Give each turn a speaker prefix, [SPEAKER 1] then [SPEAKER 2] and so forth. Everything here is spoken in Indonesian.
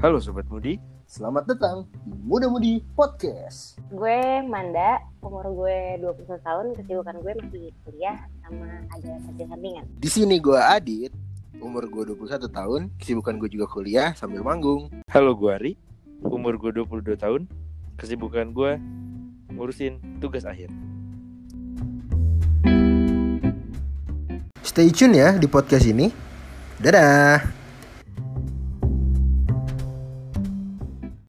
[SPEAKER 1] Halo Sobat Mudi,
[SPEAKER 2] Selamat datang di Muda Mudi Podcast.
[SPEAKER 3] Gue Manda, umur gue 21 tahun, kesibukan gue masih kuliah sama ada kerja sampingan.
[SPEAKER 2] Di sini gue Adit, umur gue 21 tahun, kesibukan gue juga kuliah sambil manggung.
[SPEAKER 1] halo gue Ari, umur gue 22 tahun, kesibukan gue ngurusin tugas akhir.
[SPEAKER 2] Stay tune ya di podcast ini. Dadah.